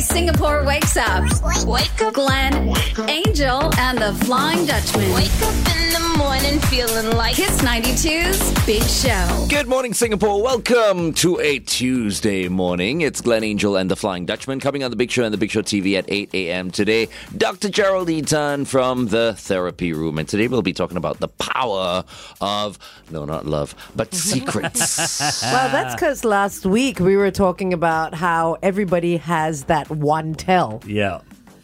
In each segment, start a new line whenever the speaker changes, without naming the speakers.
Singapore wakes up.
Wake up,
Glenn,
Wake up.
Angel, and the Flying Dutchman.
wake up in the morning feeling like
Kiss 92's Big Show.
Good morning, Singapore. Welcome to a Tuesday morning. It's Glen Angel and the Flying Dutchman coming on the Big Show and the Big Show TV at 8 a.m. today. Dr. Gerald Eaton from the therapy room. And today we'll be talking about the power of, no, not love, but secrets.
Well, that's
Ah.
because last week we were talking about how everybody has that one tell.
Yeah.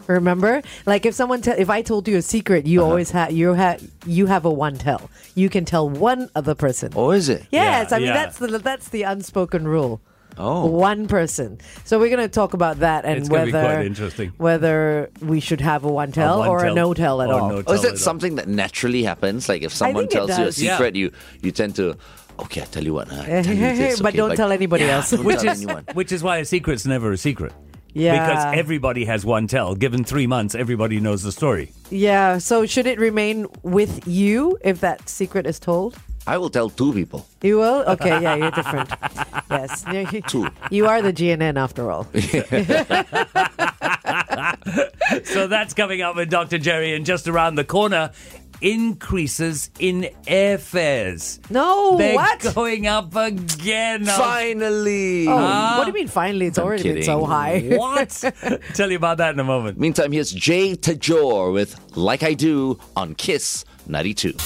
Remember, like if someone, te- if I told you a secret,
Uh-huh.
you always have you have you have a one tell. You can tell one other person.
or Oh, is it?
Yes,
Oh, Yeah,
I mean
yeah.
that's the that's the unspoken rule.
Oh.
One person. So we're going to talk about that and
It's gonna
whether
be quite interesting.
whether we should have a one tell
one
or a
tell
no tell at
or
all.
no
Or Oh, is
Tell
it
it
something that naturally happens? Like if someone
think it
tells you a
does.
secret, you, you tend to, okay, I tell you what. huh? I
Eh,
tell you
eh, eh,
this,
but
okay,
don't tell anybody
Yeah,
else.
Don't
Which
tell
is
anyone.
which is why a secret's never a secret.
Yeah.
Because everybody has one tell. Given three months, everybody knows the story.
yeah. So should it remain with you if that secret is told?
I will tell two people.
You will? Okay, yeah, you're different. yes.
Two.
You are the GNN after all.
So that's coming up with Dr. Jerry and just around the corner. Increases in airfares.
No,
They're
what?
going up again.
Finally.
Oh, what do you mean finally? It's already been so
kidding.
high.
What? Tell you about that in a moment.
Meantime, here's Jay Tajor with Like I Do on Kiss 92.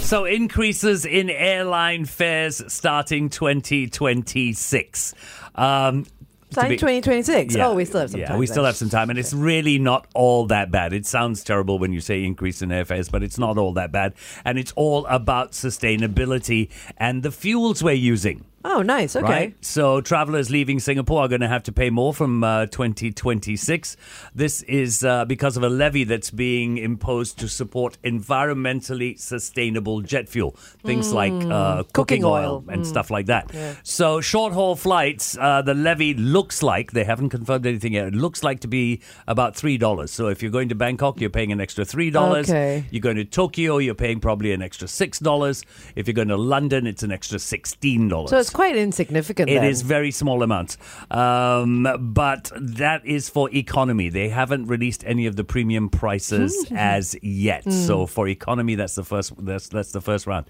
So, increases in airline fares starting 2026. Um, to
Sign
be-
2026. oh, we still have some
yeah,
time.
we still
then.
have some time, and it's really not all that bad. It sounds terrible when you say increase in airfares, but it's not all that bad, and it's all about sustainability and the fuels we're using.
Oh, nice. Okay.
Right. So travelers leaving Singapore are going to have to pay more from uh, 2026. This is uh, because of a levy that's being imposed to support environmentally sustainable jet fuel, things like uh,
Hmm. Cooking
cooking,
oil. Hmm.
oil, and stuff like that. So short haul flights, uh, the levy looks like they haven't confirmed anything yet. It looks like to be about three dollars. So if you're going to Bangkok, you're paying an extra three dollars.
Okay.
You're going to Tokyo, you're paying probably an extra six dollars. If you're going to London, it's an extra sixteen dollars.
So it's quite insignificant.
It
then.
is very small amounts. Um, but that is for economy. They haven't released any of the premium prices
Hmm.
as yet. So for economy, that's the first that's, that's the first round.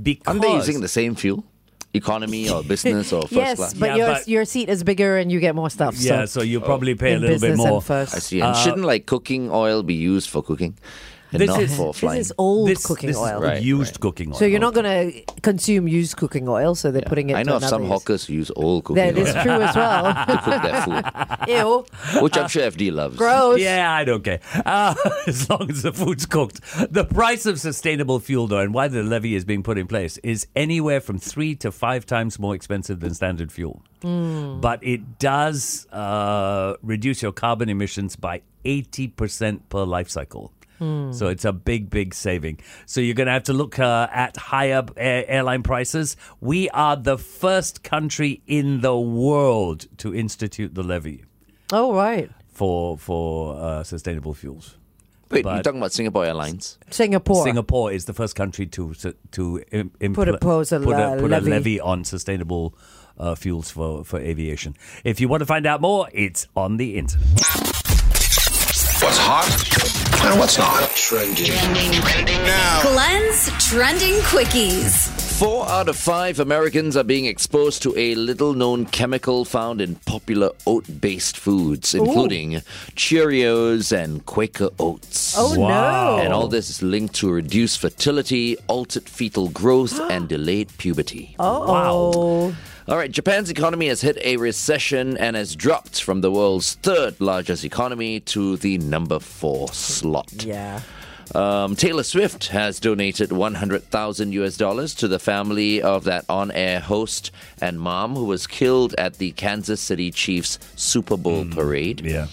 Because
Aren't they using the same fuel? Economy or business or first
Yes,
class?
but
Yeah,
your
but-
your seat is bigger and you get more stuff.
yeah,
so
so
Oh.
you'll probably pay a
in
little bit
business and
more.
first.
I see. And shouldn't like cooking oil be used for cooking and
This
not
is-
for
this
flying?
Uh, this is old
This-
cooking
this is
oil.
Right,
used
right.
cooking oil.
So you're not going to consume used cooking oil. So they're putting it.
I
to
know of some
another use.
hawkers who use old cooking
That
oil
is true as
to
well.
cook their food,
Ew,
which I'm sure FD loves.
gross.
Yeah, I don't care. Uh, as long as the food's cooked. The price of sustainable fuel, though, and why the levy is being put in place, is anywhere from three to five times more expensive than standard fuel. But it does uh, reduce your carbon emissions by 80% per life cycle. So it's a big, big saving. So you're going to have to look uh, at higher air- airline prices. We are the first country in the world to institute the levy
Oh right,
for for uh, sustainable fuels.
Wait, you're
But-
talking about Singapore Airlines?
Singapore.
Singapore is the first country to s- to im-
Put a
impl-
pose, a
put,
la-
a, put a
levy.
levy on sustainable uh, fuels for for aviation. If you want to find out more, it's on the internet.
What's hot and what's not. Trending. now.
Glenn's Trending Quickies.
Four out of five Americans are being exposed to a little known chemical found in popular oat based foods, including Cheerios and Quaker oats.
Oh
Wow.
no!
And all this is linked to reduced fertility, altered fetal growth, and delayed puberty.
Oh.
All right, Japan's economy has hit a recession and has dropped from the world's third largest economy to the number four slot.
Yeah.
Um, Taylor Swift has donated 100,000 US dollars to the family of that on air host and mom who was killed at the Kansas City Chiefs Super Bowl parade.
Yeah.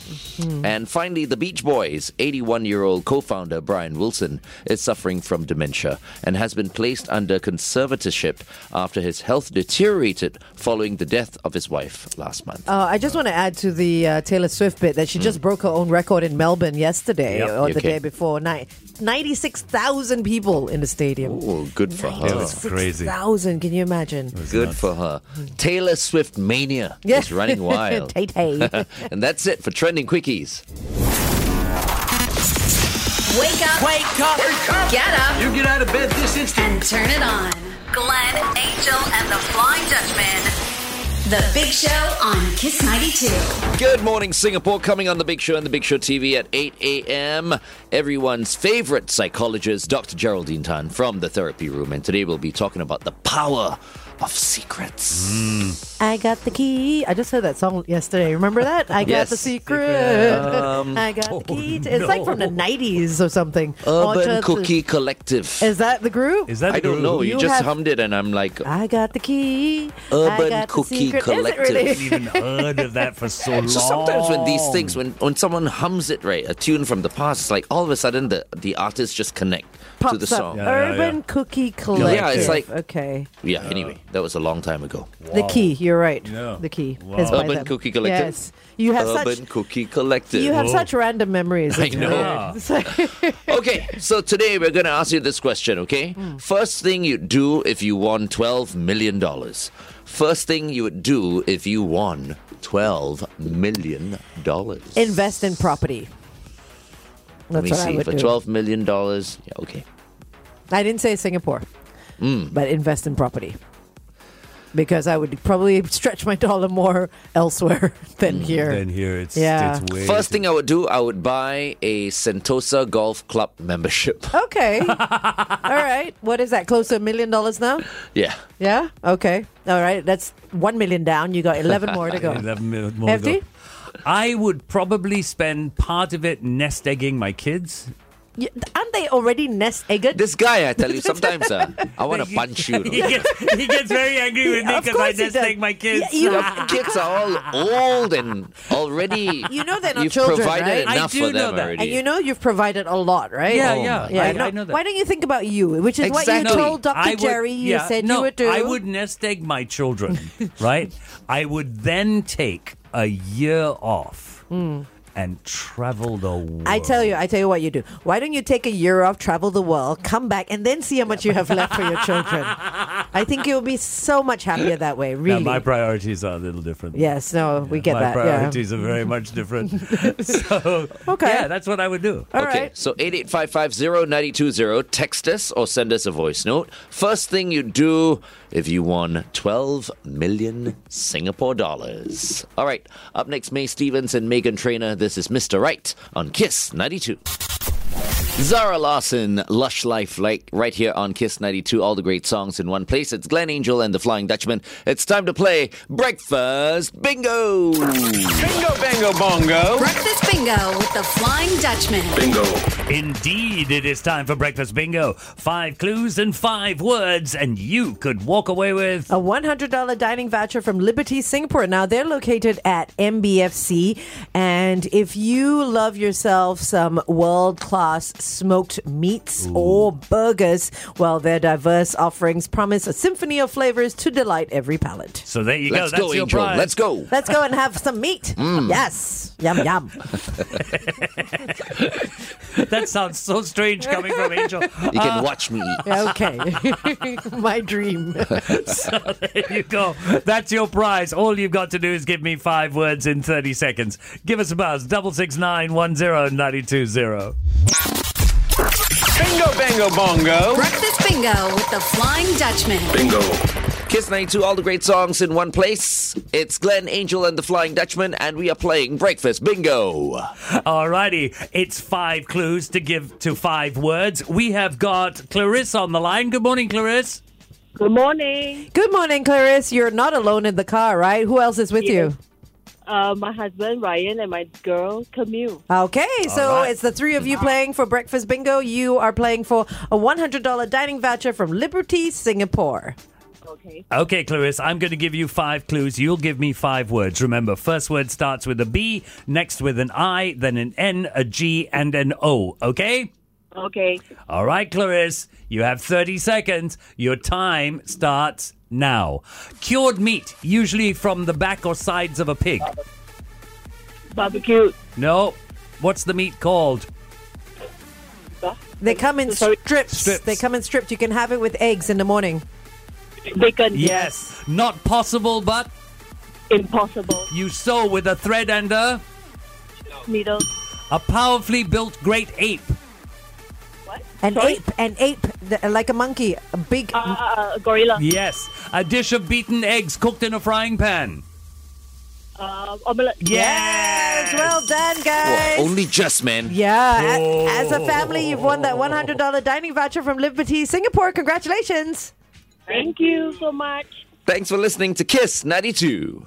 And finally, the Beach Boys' 81 year old co founder Brian Wilson is suffering from dementia and has been placed under conservatorship after his health deteriorated following the death of his wife last month.
Uh, I just want to add to the uh, Taylor Swift bit that she just broke her own record in Melbourne yesterday
Yep.
or the
Okay.
day before. Nine, 96,000 people in the stadium.
Oh, good for her.
That's crazy.
96,000, can you imagine?
Good for her. Taylor Swift mania is running wild.
Tay Tay.
and that's it for Trending Quickies.
Wake up. Wake up. Get up
You get out of bed this instant.
and turn it on. Glenn, Angel, and the Flying Dutchman. The Big Show on Kiss 92.
Good morning, Singapore. Coming on The Big Show and The Big Show TV at 8 a.m. Everyone's favorite psychologist, Dr. Geraldine Tan from the therapy room. And today we'll be talking about the power of secrets.
Mm. I got the key. I just heard that song yesterday. Remember that? I got the
Yes.
secret. I got the
oh,
key. to- it's like from the
no.
90s or something.
Urban
Orchard-
Cookie Collective.
Is that the group?
Is that
I don't know. You,
You
just
have-
hummed it, and I'm like,
I got the key.
Urban
I got
Cookie
the secret. Is it
I
really?
haven't even heard of that for so long.
So sometimes when these things, when when someone hums it right, a tune from the past, it's like all of a sudden the the artists just connect to the
Pops up.
song. Yeah.
Yeah, yeah,
Urban
yeah.
Cookie Collective.
it's like-
okay.
Anyway, that was a long time ago.
The key. You're right.
Yeah.
The key.
Wow.
is by
Urban
them.
Cookie Collective?
Yes. You have
Urban
such.
Cookie Collective.
You have such random memories.
I
It's
know.
weird.
Yeah.
It's like-
okay, so today we're going to ask you this question, okay? First thing you'd do if you won $12 million. First thing you would do if you won $12 million.
invest in property.
Let
That's
me
what
see.
I would
For
do.
$12 million. Yeah, okay.
I didn't say Singapore,
Hmm.
but invest in property because I would probably stretch my dollar more elsewhere than
Hmm.
here.
then here it's
Yeah.
it's weird.
First thing I would do, I would buy a Sentosa Golf Club membership.
okay. All right. What is that? Close to a million dollars now?
yeah.
Yeah. Okay. All right. That's one million down. You got eleven more to go.
11 mil- more to go.
FD?
I would probably spend part of it nest egging my kids.
Yeah, aren't they already nest egged?
This guy, I tell you, sometimes uh, I want to punch you.
He
you
gets, he gets very angry with me
Of
because I
course he
nest
does.
egg my kids.
Yeah, you-
know. Your kids are all old and already.
You know they're not
You've
children,
provided
right?
I
enough
do
for
know
them
that.
already.
and you know you've provided a lot, right?
Yeah,
Oh
yeah.
my
I,
no-
I know that.
Why don't you think about you, which is what
Exactly.
you told Dr.
I would-
Jerry you
yeah,
said
no,
you would do?
I would nest egg my children, right? I would then take a year off and travel the world.
Hmm. I tell you, I tell you what you do. Why don't you take a year off, travel the world, come back, and then see how much you have left for your children? I think you'll be so much happier that way.
Now,
Really.
my priorities are a little different.
yes. No, we get
my
that.
priorities are very much different. so,
Okay.
yeah, that's what I would do.
Yeah. All
okay,
right.
so 88550920, text us or send us a voice note. First thing you do if you won 12 million Singapore dollars. All right, up next, May Stevens and Megan Trainer. This is Mr. Right on Kiss 92. Zara Larson, Lush Life, like right here on Kiss 92. All the great songs in one place. It's Glen Angel and the Flying Dutchman. It's time to play Breakfast Bingo.
Bingo, bango, bongo.
Breakfast bingo with the Flying Dutchman.
Bingo.
Indeed, it is time for breakfast bingo. Five clues and five words, and you could walk away with.
A $100 dining voucher from Liberty Singapore. Now, they're located at MBFC. And if you love yourself some world class smoked meats or burgers, well, their diverse offerings promise a symphony of flavors to delight every palate.
So there you
Let's
go. That's
go,
your
Angel.
prize.
Let's go.
Let's go and have some meat. Yes. Yum, yum.
That sounds so strange coming from Angel.
You
Uh,
can watch me eat.
Okay. My dream.
So there you go. That's your prize. All you've got to do is give me five words in 30 seconds. Give us a buzz. Double six nine one zero ninety two zero.
Bingo, bango, bongo.
Breakfast bingo with the Flying Dutchman.
Bingo.
Kiss 92, all the great songs in one place. It's Glenn Angel and the Flying Dutchman, and we are playing Breakfast Bingo. Oh,
Alrighty. It's five clues to give to five words. We have got Clarisse on the line. Good morning, Clarisse.
Good morning.
Good morning, Clarice. You're not alone in the car, right? Who else is with you?
Uh, my husband Ryan and my girl Camille.
Okay, so
right.
it's the three of you playing for breakfast bingo. You are playing for a $100 dining voucher from Liberty Singapore.
Okay.
Okay, Clarisse, I'm going to give you five clues. You'll give me five words. Remember, first word starts with a B, next with an I, then an N, a G, and an O. Okay?
Okay.
All right, Clarisse, you have 30 seconds. Your time starts now. Cured meat, usually from the back or sides of a pig.
Barbecue.
No. What's the meat called?
They come in
Sorry.
strips.
Strips.
They come in strips. You can have it with eggs in the morning.
Bacon.
Yes. Not possible, but
Impossible.
you sew with a thread and a,
Needle.
a powerfully built great ape.
What?
An
Sorry?
ape, an ape, th- like a monkey, a big.
Uh, a gorilla.
Yes. A dish of beaten eggs cooked in a frying pan.
Uh, omelette.
Yes.
Well done, guys.
Oh,
Well, only just, man.
yeah, a- as a family, you've won that $100 dining voucher from Liberty Singapore. Congratulations.
Thank you so much.
Thanks for listening to Kiss 92.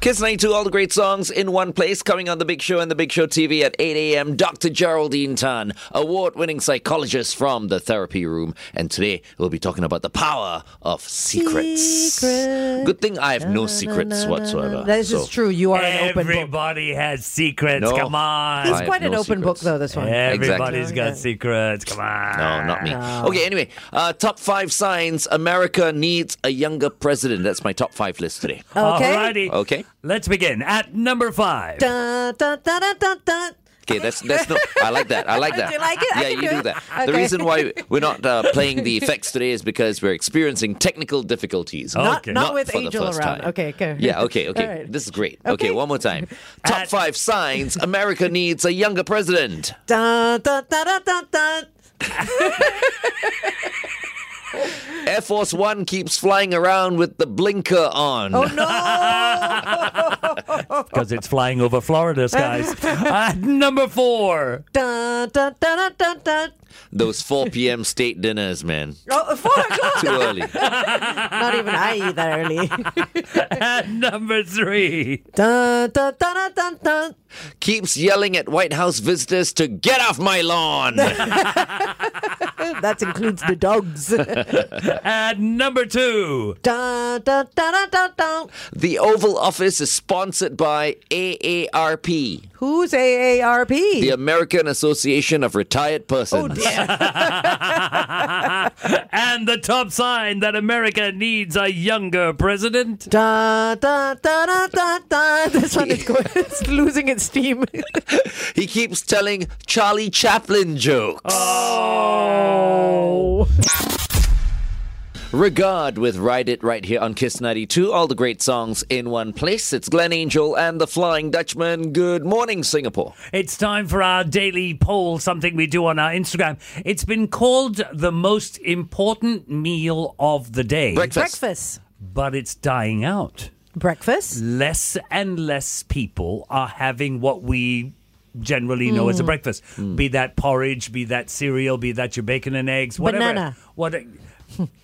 Kiss 92, all the great songs in one place, coming on The Big Show and The Big Show TV at 8 a.m. Dr. Geraldine Tan, award winning psychologist from The Therapy Room. And today we'll be talking about the power of secrets.
Secret.
Good thing I have no secrets whatsoever.
This
so
is true. You are an open book.
Everybody has secrets.
No.
Come on.
He's
It's quite
I have
an
no
open book,
secrets.
though, this one.
Everybody's
Exactly.
got secrets. Come on.
No, not me.
Ah.
Okay, anyway, uh, top five signs America needs a younger president. That's my top five list today.
Okay.
Alrighty.
Okay.
Let's begin at number five.
Dun, dun, dun, dun, dun, dun.
Okay, that's that's no. I like that. I like that.
Do you like it? I
Yeah, you
can do
do
it.
that. The
Okay.
reason why we're not uh, playing the effects today is because we're experiencing technical difficulties.
Not-
Not,
Okay.
not,
Not
with
for the
Angel
first
around.
time.
Okay, okay.
Yeah. Okay. Okay.
All right.
This is great. Okay.
Okay.
One more time. Top
At-
five signs America needs a younger president.
Dun, dun, dun, dun, dun, dun.
Air Force One keeps flying around with the blinker on.
Oh, no.
because it's flying over Florida skies. At number four.
dun, dun, dun, dun, dun, dun.
Those 4 p.m. state dinners, man.
Oh, four o'clock.
Too early.
Not even I eat that early.
At number three.
dun, dun, dun, dun, dun, dun.
Keeps yelling at White House visitors to get off my lawn.
That includes the dogs. dun,
At number two.
dun, dun, dun, dun, dun.
the Oval Office is sponsored by AARP.
Who's AARP?
the American Association of Retired Persons.
Oh,
And the top sign that America needs a younger president.
Dun, dun, dun, dun, dun, dun. This one is going, it's losing its steam.
he keeps telling Charlie Chaplin jokes. Regard with Ride It right here on Kiss 92. All the great songs in one place. It's Glen Angel and the Flying Dutchman. Good morning, Singapore.
It's time for our daily poll, something we do on our Instagram. It's been called the most important meal of the day,
Breakfast.
Breakfast.
but it's dying out.
Breakfast.
Less and less people are having what we generally know
Hmm.
as a breakfast be that porridge, be that cereal, be that your bacon and eggs, whatever.
Banana.
What,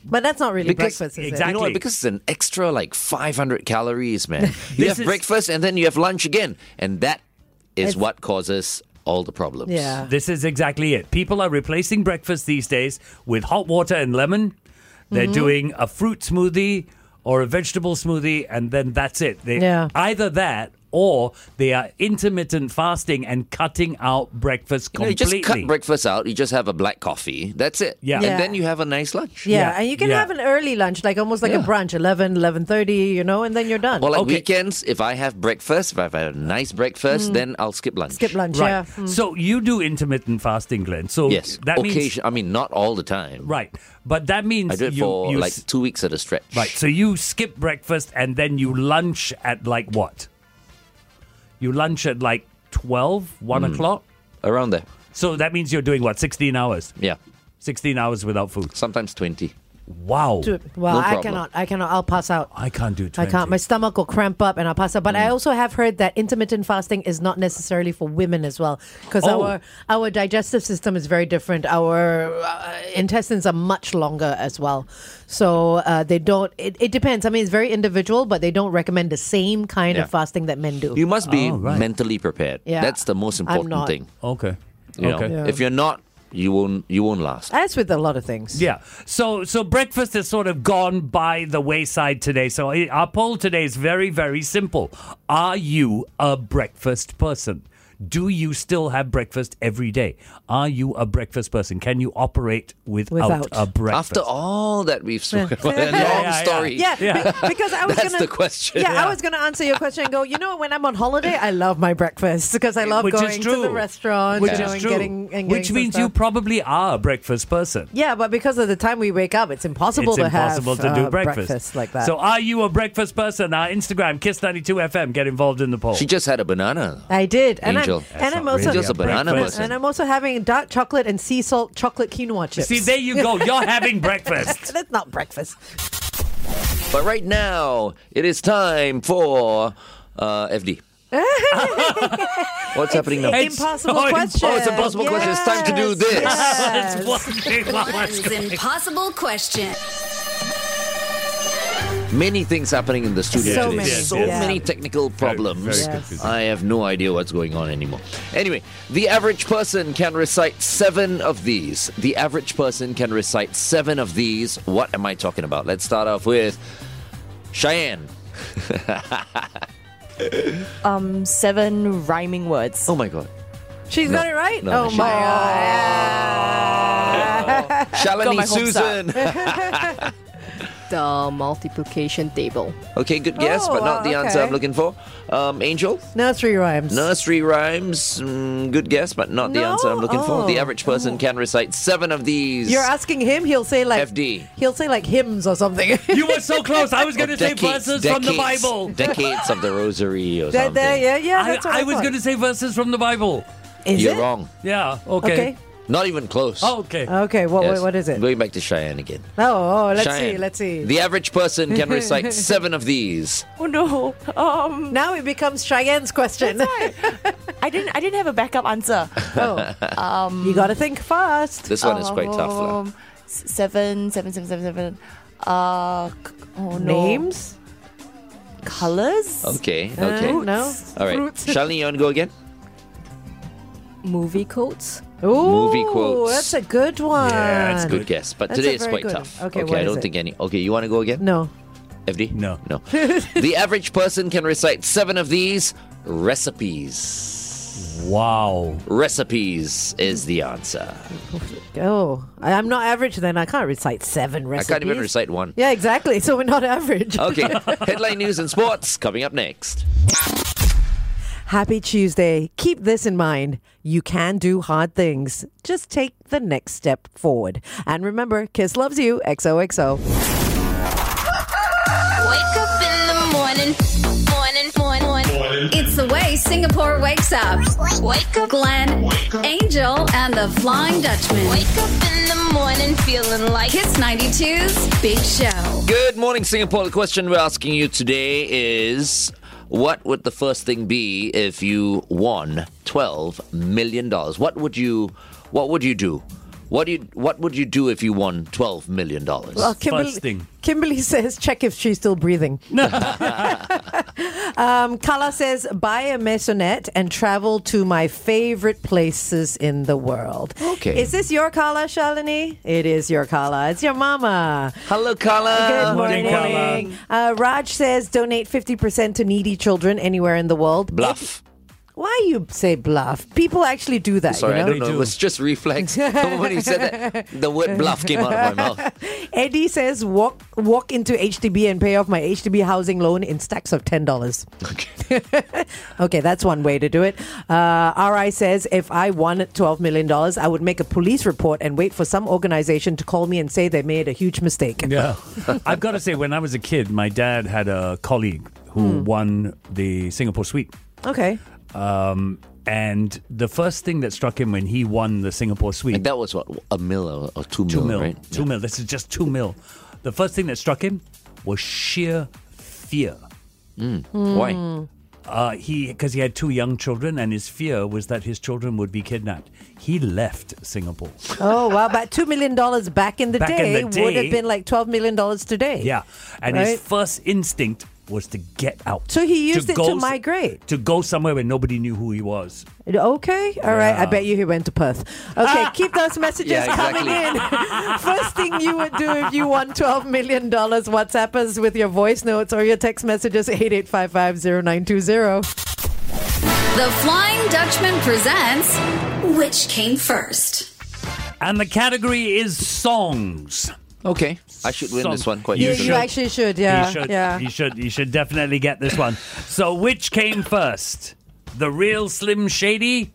But that's not really
Because-
breakfast, is
exactly.
You know what? Because it's an extra like 500 calories, man. You
This
have
is-
breakfast and then you have lunch again. And that is
It's-
what causes all the problems.
it? Yeah.
This is exactly it. People are replacing breakfast these days with hot water and lemon. They're
Mm-hmm.
doing a fruit smoothie or a vegetable smoothie, and then that's it. They,
Yeah.
Either that or they are intermittent fasting and cutting out breakfast
No, you
completely.
just cut breakfast out. You just have a black coffee. That's it.
Yeah.
Yeah.
And then you have a nice lunch.
Yeah,
Yeah,
and you can
yeah.
have an early lunch, like almost like a
Yeah.
brunch, 11, 11.30, you know, and then you're done.
Or like
Okay. Mm.
weekends, if I have breakfast, if I've had a nice breakfast, then I'll skip lunch.
Skip lunch,
Right.
yeah. Hmm.
So you do intermittent fasting, Glenn. So
Yes.
that
Occasion.
means
I mean, not all the time.
right, but that means
I do it
you,
for
you
like
s-
two weeks at a stretch.
right. So you skip breakfast and then you lunch at like what? You lunch at like 12, 1
Hmm.
o'clock.
Around there.
So that means you're doing what, 16 hours?
Yeah.
16 hours without food.
Sometimes 20.
Wow.
Do it. Well,
No
I
problem.
cannot. I cannot. I'll pass out.
I can't do 20.
I can't. My stomach will cramp up and I'll pass out. But
Mm.
I also have heard that intermittent fasting is not necessarily for women as well, because
Oh.
our our digestive system is very different. Our uh, intestines are much longer as well, so uh, they don't. It, it depends. I mean, it's very individual, but they don't recommend the same kind of
Yeah.
fasting that men do.
You must be
Oh, right.
mentally prepared.
Yeah.
That's the most
I'm
important
not.
thing.
Okay.
You
okay.
know?
Yeah.
If you're not, you won't you won't last.
As with a lot of things.
Yeah. So so breakfast has sort of gone by the wayside today. So eh, i- our poll today is very very simple. Are you a breakfast person? Do you still have breakfast every day? Are you a breakfast person? Can you operate without,
Without.
a breakfast?
After all that we've spoken about, a long
Yeah, yeah,
story.
Yeah, be- because I was
That's
gonna
the question.
Yeah, I was gonna answer your question and go. You know, when I'm on holiday, I love my breakfast because I love
Which is
going to the
true.
restaurant.
Which
you know,
is
and
true.
getting- and getting
Which
some
means you
stuff.
probably are a breakfast person.
yeah, but because of the time we wake up, it's impossible
it's
to
impossible
have
to do
uh,
breakfast.
like that.
So, are you a breakfast person? Our Instagram, Kiss92FM, get involved in the poll.
She just had a banana.
I did, and
Angel.
I'm and
That's
I'm
not
also
really
Just a banana
breakfast.
person.
and I'm also having dark chocolate and sea salt chocolate quinoa chips.
See, there you go. You're having breakfast.
that's not breakfast.
But right now, it is time for uh, FD. What's happening now?
It's-
impossible
oh, it's-
question.
oh, it's impossible question. It's time to do
Yes,
this.
yes.
It's one big
One's
lie.
impossible question.
Many things happening in the studio
So
today.
many,
so
yeah.
many technical problems.
very
confusing.
I have no idea what's going on anymore. Anyway, the average person can recite seven of these. The average person can recite seven of these. What am I talking about? Let's start off with Cheyenne.
Um,
Seven rhyming words.
Oh my god.
She's
No.
got it right.
No,
oh
she-
my god!
my
Shalini
hopes up.
Susan.
The multiplication table.
okay, good guess,
Oh,
but not the
uh,
answer I'm
okay.
looking for. Um, Angel.
Nursery rhymes.
Nursery rhymes, mm, good guess, but not the
No?
answer I'm looking for. The
Oh.
average person can recite seven of these.
You're asking him, he'll say like
FD.
He'll say like hymns or something.
You were so close. I was going to say verses from the
decades-
Bible.
Decades of the rosary or
there,
something.
there, yeah, yeah.
I,
That's what I,
I was going to say verses from the Bible.
Is
You're
it?
wrong.
Yeah. Okay.
Okay. Uh,
Not even close.
Oh, okay.
Okay. What?
Yes.
What, what is it?
Going back to Cheyenne again.
Oh, oh let's see.
Cheyenne,
Let's see.
The average person can recite seven of these.
Oh no. Um
now it becomes Cheyenne's question.
I didn't I didn't have a backup answer.
oh. you got to think fast.
This one is quite tough. lah.
Um, s- seven, seven, seven, seven, seven. Uh c- oh no.
Names?
Colors?
Okay, okay.
Uh, no.
All right.
Fruits.
Shalini, you want to go again?
Movie codes?
Ooh,
Movie quotes.
That's a good one.
Yeah, it's
Good guess, but
That's
today
a
it's
very
quite
good
tough.
one. Okay, what
I
is
don't
it?
think any. Okay, you want to go again?
No.
FD?
No.
No. the average person can recite seven of these recipes.
Wow.
Recipes is the answer.
Oh, I- I'm not average then. I can't recite seven
I
recipes.
can't even recite Oh, one.
Yeah, exactly. So we're not average.
Okay, headline news and sports coming up next.
Happy Tuesday. Keep this in mind. You can do hard things. Just take the next step forward. And remember, Kiss loves you. XOXO.
Wake up in the morning. Morning, morning, morning.
It's the way Singapore wakes up.
Wake up,
Glenn, Angel, and the Flying Dutchman.
wake up in the morning feeling like
Kiss 92's Big Show.
Good morning, Singapore. The question we're asking you today is what would the first thing be if you won twelve million dollars? What would you what would you do? What do you what would you do if you won twelve million dollars?
Oh, Kimberly,
Fasting.
Kimberly says, check if she's still breathing. No. um, Carla says, buy a maisonette and travel to my favorite places in the world.
Okay.
Is this your Carla, Shalini? It is your Carla. It's your mama.
Hello, Carla.
Good
morning,
morning. Uh, Raj says, donate 50% to needy children anywhere in the world.
Bluff.
Why you say bluff? People actually do that.
Sorry,
you
I
know?
don't know.
They
It
do.
was just reflex. the moment you said that, the word bluff came out of my mouth.
Eddie says walk walk into HDB and pay off my HDB housing loan in stacks of ten dollars. Okay. that's one way to do it. Uh, Ri says if I won twelve million dollars, I would make a police report and wait for some organization to call me and say they made a huge mistake.
Yeah. I've got to say, when I was a kid, my dad had a colleague
Hmm.
who won the Singapore Sweep.
Okay.
Um, and the first thing that struck him when he won the Singapore Sweep,
And that was what a mil or, or two,
two
mil,
mil,
right?
two mil. This is just two mil. The first thing that struck him was sheer fear.
Why?
Uh, he because he had two young children, and his fear was that his children would be kidnapped. He left Singapore.
Oh wow, but two million dollars back in the
Back in
day
the
would
day.
have been like twelve million dollars today.
Yeah, and
Right.
his first instinct was to get out.
So he used it to
s-
migrate.
to go somewhere where nobody knew who he was.
Okay, all right. I bet you he went to Perth. Okay, keep those messages
Yeah,
coming in. First thing you would do if you won $12 million, WhatsApp us with your voice notes or your text messages 88550920.
The Flying Dutchman presents Which Came First?
And the category is songs.
Okay, I should win
Songs.
this one quite
You
You,
easily.
you actually should, yeah.
you should,
yeah.
you should, you should definitely get this one. So, which came first, the real Slim Shady,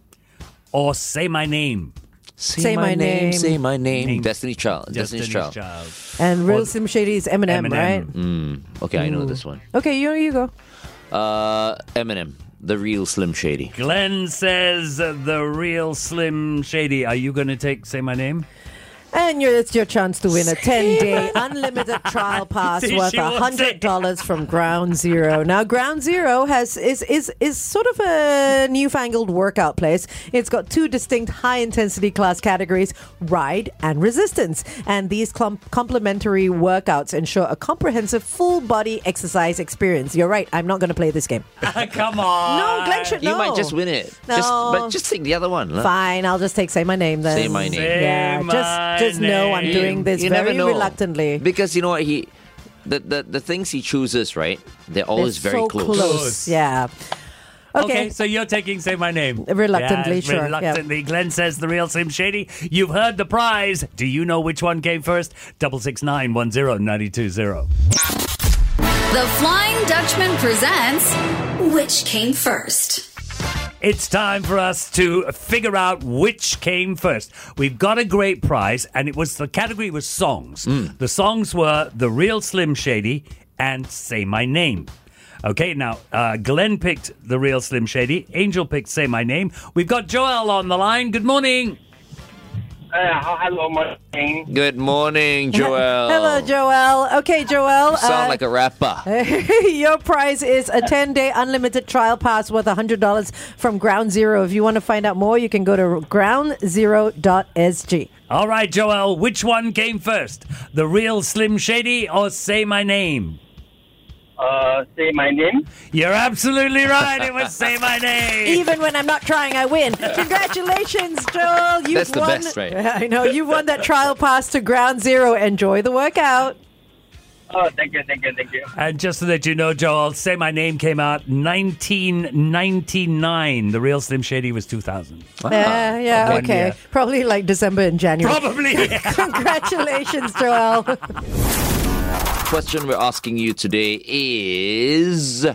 or Say My Name?
Say,
Say my name.
say my name.
Name.
Destiny's Child. Destiny's, Child.
And Real Slim Shady is Eminem,
Eminem.
right?
Okay, I know this one.
Okay, you you go.
Uh, Eminem, the real Slim Shady.
Glenn says the real Slim Shady. Are you going to take Say My Name?
And you're, it's your chance to win a 10 day unlimited trial pass
See,
worth
she wants it.
$100 from Ground Zero. Now, Ground Zero has is, is, is sort of a newfangled workout place. It's got two distinct high intensity class categories ride and resistance. And these clump- complementary workouts ensure a comprehensive full body exercise experience. You're right, I'm not going to play this game.
Come on.
No, Glenn should
You
know.
might just win it. Just,
No.
but just take the other one. lah.
Fine, I'll just take say my name then.
Say my name.
Say
Yeah,
my
just just know I'm
name.
doing this
you
very
never know.
reluctantly.
Because you know what he the, the the things he chooses, right? They're always
It's
very
so
close.
Close.
Yeah.
Okay.
Okay.
so you're taking Say My Name.
Reluctantly,
Yes,
sure, yeah.
Reluctantly. Glenn says the real Slim Shady. You've heard the prize. Do you know which one came first? 66910
The Flying Dutchman presents Which Came First?
It's time for us to figure out which came first. We've got a great prize, and it was the category was songs. The songs were The Real Slim Shady and Say My Name. Okay, now uh, Glenn picked The Real Slim Shady, Angel picked Say My Name. We've got Joel on the line. Good morning.
Uh, hello, morning.
Good morning, Joel.
Hello, Joel. Okay, Joel.
You sound
uh,
like a rapper.
your prize is a 10 day unlimited trial pass worth $100 from Ground Zero. If you want to find out more, you can go to groundzero.sg.
All right, Joel, which one came first? The Real Slim Shady or Say My Name?
Uh, say my name.
You're absolutely right. It was Say My Name.
Even when I'm not trying, I win. Congratulations, Joel. You've
That's the
won.
best, right?
I know. You've won that trial pass to Ground Zero. Enjoy the workout.
Oh, thank you, thank you, thank you.
And just so that you know, Joel, Say My Name came out 1999. The Real Slim Shady was 2000.
Ah,
Yeah, yeah,
One
okay.
year.
Probably like December and January.
Probably.
Congratulations, Joel.
Question we're asking you today is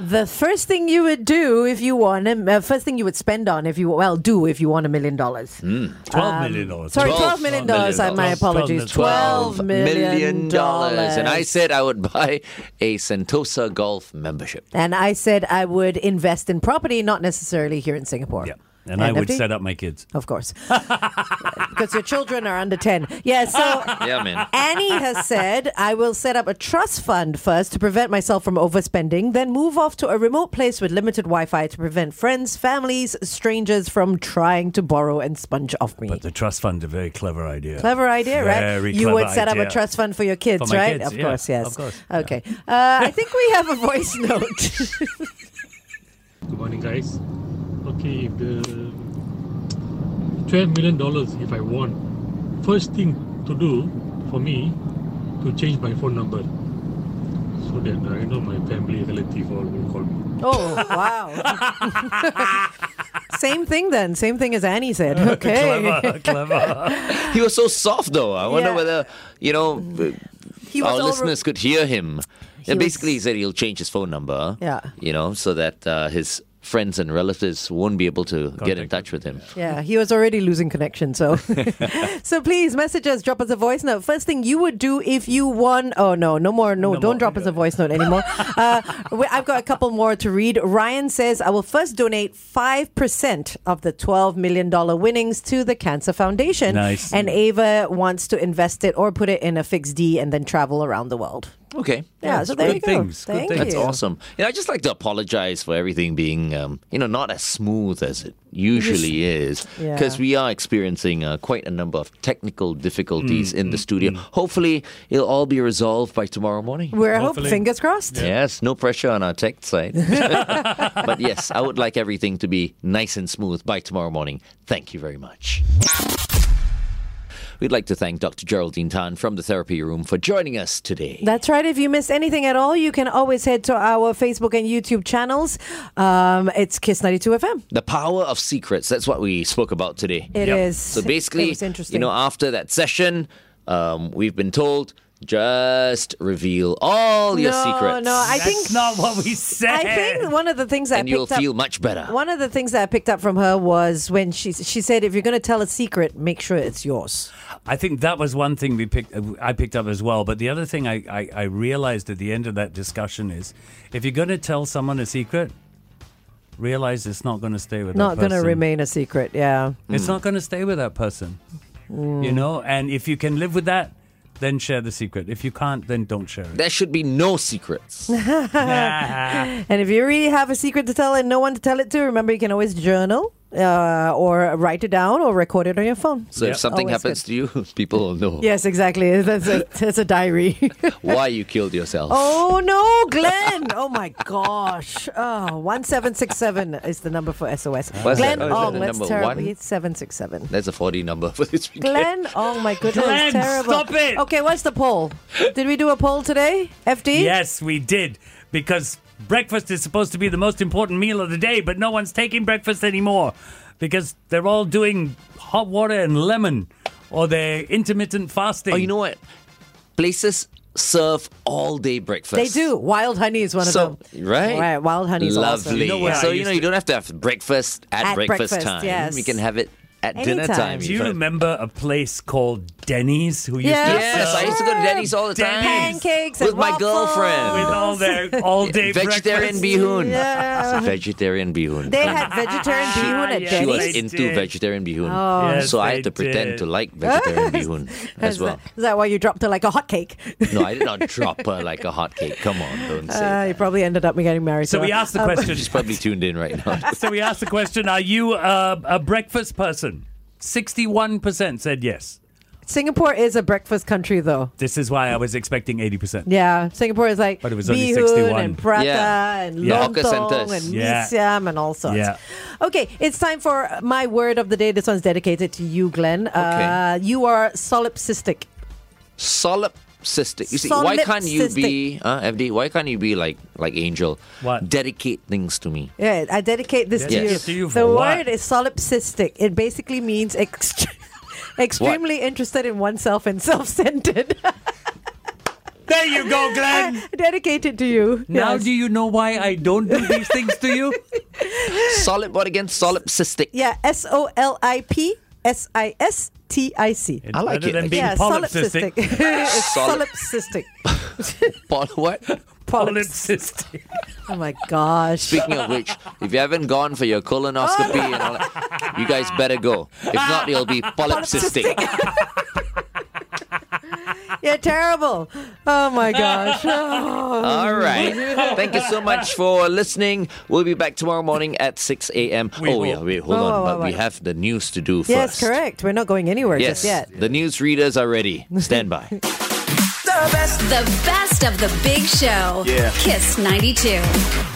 The first thing you would do if you won, uh, first thing you would spend on if you, well, do if you won a million dollars.
12 million dollars.
Um, Sorry,
Twelve
$12 million. dollars, I, my
million dollars.
apologies.
Twelve
$12 million. dollars.
And I said I would buy a Sentosa golf membership.
And I said I would invest in property, not necessarily here in Singapore.
Yeah. And I would
NFT?
set up my kids.
Of course. Because your children are under 10. Yeah, so
Yeah, man.
Annie has said, I will set up a trust fund first to prevent myself from overspending, then move off to a remote place with limited Wi Fi to prevent friends, families, strangers from trying to borrow and sponge off me.
But the trust fund, a very clever idea.
Clever idea,
Very
right? You
clever
would set up
idea.
a trust fund for your kids,
For my
right?
kids,
of
yeah,
course, yes.
of course, yeah.
Okay. Uh, I think we have a voice note.
Good morning, guys. Okay, the twelve million dollars if I won, first thing to do for me to change my phone number so that uh, you know my family relative all will call me.
Oh, wow. same thing then. Same thing as Annie said. Okay.
Clever, clever.
He was so soft, though. I wonder
Yeah.
whether, you know,
He
our
all-
listeners could hear him. and
was-
basically, he said he'll change his phone number.
Yeah.
You know, so that uh, his friends and relatives won't be able to get in touch with him.
Yeah, he was already losing connection. So, so please message us, drop us a voice note. First thing you would do if you won. Oh no, no more. No, don't drop us a voice note anymore. uh, we- I've got a couple more to read. Ryan says, "I will first donate five percent of the twelve million dollar winnings to the Cancer Foundation."
Nice.
And Ava wants to invest it or put it in a fixed D and then travel around the world.
Okay.
Yeah, so there
good
you go.
things, good
Thank
things.
That's
you.
awesome. You know, I just like to apologize for everything being, um, you know, not as smooth as it usually is,
Yeah.
because we are experiencing uh, quite a number of technical difficulties
Mm,
in the studio. Hopefully, it'll all be resolved by tomorrow morning.
We're hoping,
Hopefully.
fingers crossed.
Yes, no pressure on our tech side. but yes, I would like everything to be nice and smooth by tomorrow morning. Thank you very much. We'd like to thank Dr. Geraldine Tan from the therapy room for joining us today.
That's right. If you missed anything at all, you can always head to our Facebook and YouTube channels. Um, it's Kiss 92 FM.
The power of secrets. That's what we spoke about today.
It Yep. is.
So
It
basically,
was interesting.
you know, after that session, um, we've been told just reveal all your
no,
secrets.
No, I
That's
think
not what we said.
I think one of the things that
and
I
you'll
picked up,
feel much better.
One of the things that I picked up from her was when she she said, "If you're going to tell a secret, make sure it's yours."
I think that was one thing we picked. uh, I picked up as well. But the other thing I, I, I realized at the end of that discussion is, if you're going to tell someone a secret, realize it's not going to stay with.
Not
going
to remain a secret. Yeah.
It's not going to stay with that person.
Mm.
You know, and if you can live with that, then share the secret. If you can't, then don't share it.
There should be no secrets.
And if you really have a secret to tell and no one to tell it to, remember you can always journal uh, or write it down or record it on your phone.
So if
Yep.
something
Always
happens to you, people will know
Yes, exactly. That's a that's a diary.
why you killed yourself.
oh no, Glenn! Oh my gosh! Oh, one seven six seven is the number for SOS.
What's
Glenn
that? Oh, is that
Ong,
the
that's
number
terrible.
one?
It's seven six seven.
That's a 40 number for this weekend.
Glenn, oh my goodness,
Glenn,
terrible.
stop it.
Okay, what's the poll? Did we do a poll today, FD?
Yes, we did because breakfast is supposed to be the most important meal of the day, but no one's taking breakfast anymore because they're all doing hot water and lemon or they're intermittent fasting.
Oh, you know what? Places serve all day breakfast.
They do. Wild honey is one
So,
of them.
right?
Right. Wild honey is awesome.
Lovely.
You know where
so,
I
you
used
know, you don't have to have breakfast at,
At
breakfast,
breakfast,
time.
yes.
We can have it at dinner
Anytime.
time.
Do you
even.
remember a place called Denny's who used
Yes.
to
Yes, I used to go to Denny's all the time.
Denny's.
Pancakes
With
and
my
waffles.
girlfriend.
with all their all day
Vegetarian bihun.
Yeah.
Vegetarian bihun.
They had vegetarian bihun at
Yes,
she
Denny's. Oh,
was
Ah, They
into
did.
vegetarian bihun.
Yes,
so I
they
had to pretend
did.
to like vegetarian bihun as
is,
well.
that, is that why you dropped her like a hotcake?
No, I did not drop her like a hotcake. Come on, don't say.
Uh,
that.
you probably ended up getting married.
So
to
we
her.
asked the
Um,
question.
She's probably tuned in right now.
so we asked the question: Are you a, a breakfast person? Sixty-one percent said yes.
Singapore is a breakfast country, though.
This is why I was expecting eighty percent.
Yeah, Singapore is like
But it was only
bihun
61.
and prata
Yeah.
and
Yeah.
Hawker
lontong
centres.
and
Yeah.
mee siam and all sorts.
Yeah.
Okay, it's time for my word of the day. This one's dedicated to you, Glenn. Uh, you are solipsistic.
Solipsistic. You see, why can't you be, uh, FD? Why can't you be like like Angel?
What?
Dedicate things to me.
Yeah, I dedicate this to
Dedicate
you.
to you for
the
what?
word is solipsistic. It basically means ext- extremely interested in oneself and self-centered.
There you go, Glenn.
dedicated to you.
Now
Yes.
do you know why I don't do these things to you?
Solid what again? Solipsistic.
Yeah, S O L I P S I S T I C.
It's
I like
better
it, actually.
than being
Yeah,
polypsystic.
solipsistic. It's
Solid-
solipsistic.
Paul, what?
Polyps.
Polypsystic.
Oh my gosh.
Speaking of which, if you haven't gone for your colonoscopy, and all that, you guys better go. If not, you'll be polypsistic.
You're terrible. Oh my gosh. Oh.
All right. Thank you so much for listening. We'll be back tomorrow morning at 6 a.m.
We
oh,
will.
yeah, wait, hold
Whoa,
on.
whoa,
but
whoa,
we
whoa.
have the news to do first.
Yes, correct. We're not going anywhere
Yes,
just yet.
the news readers are ready. Stand by.
The best of the big show. Yeah. Kiss 92.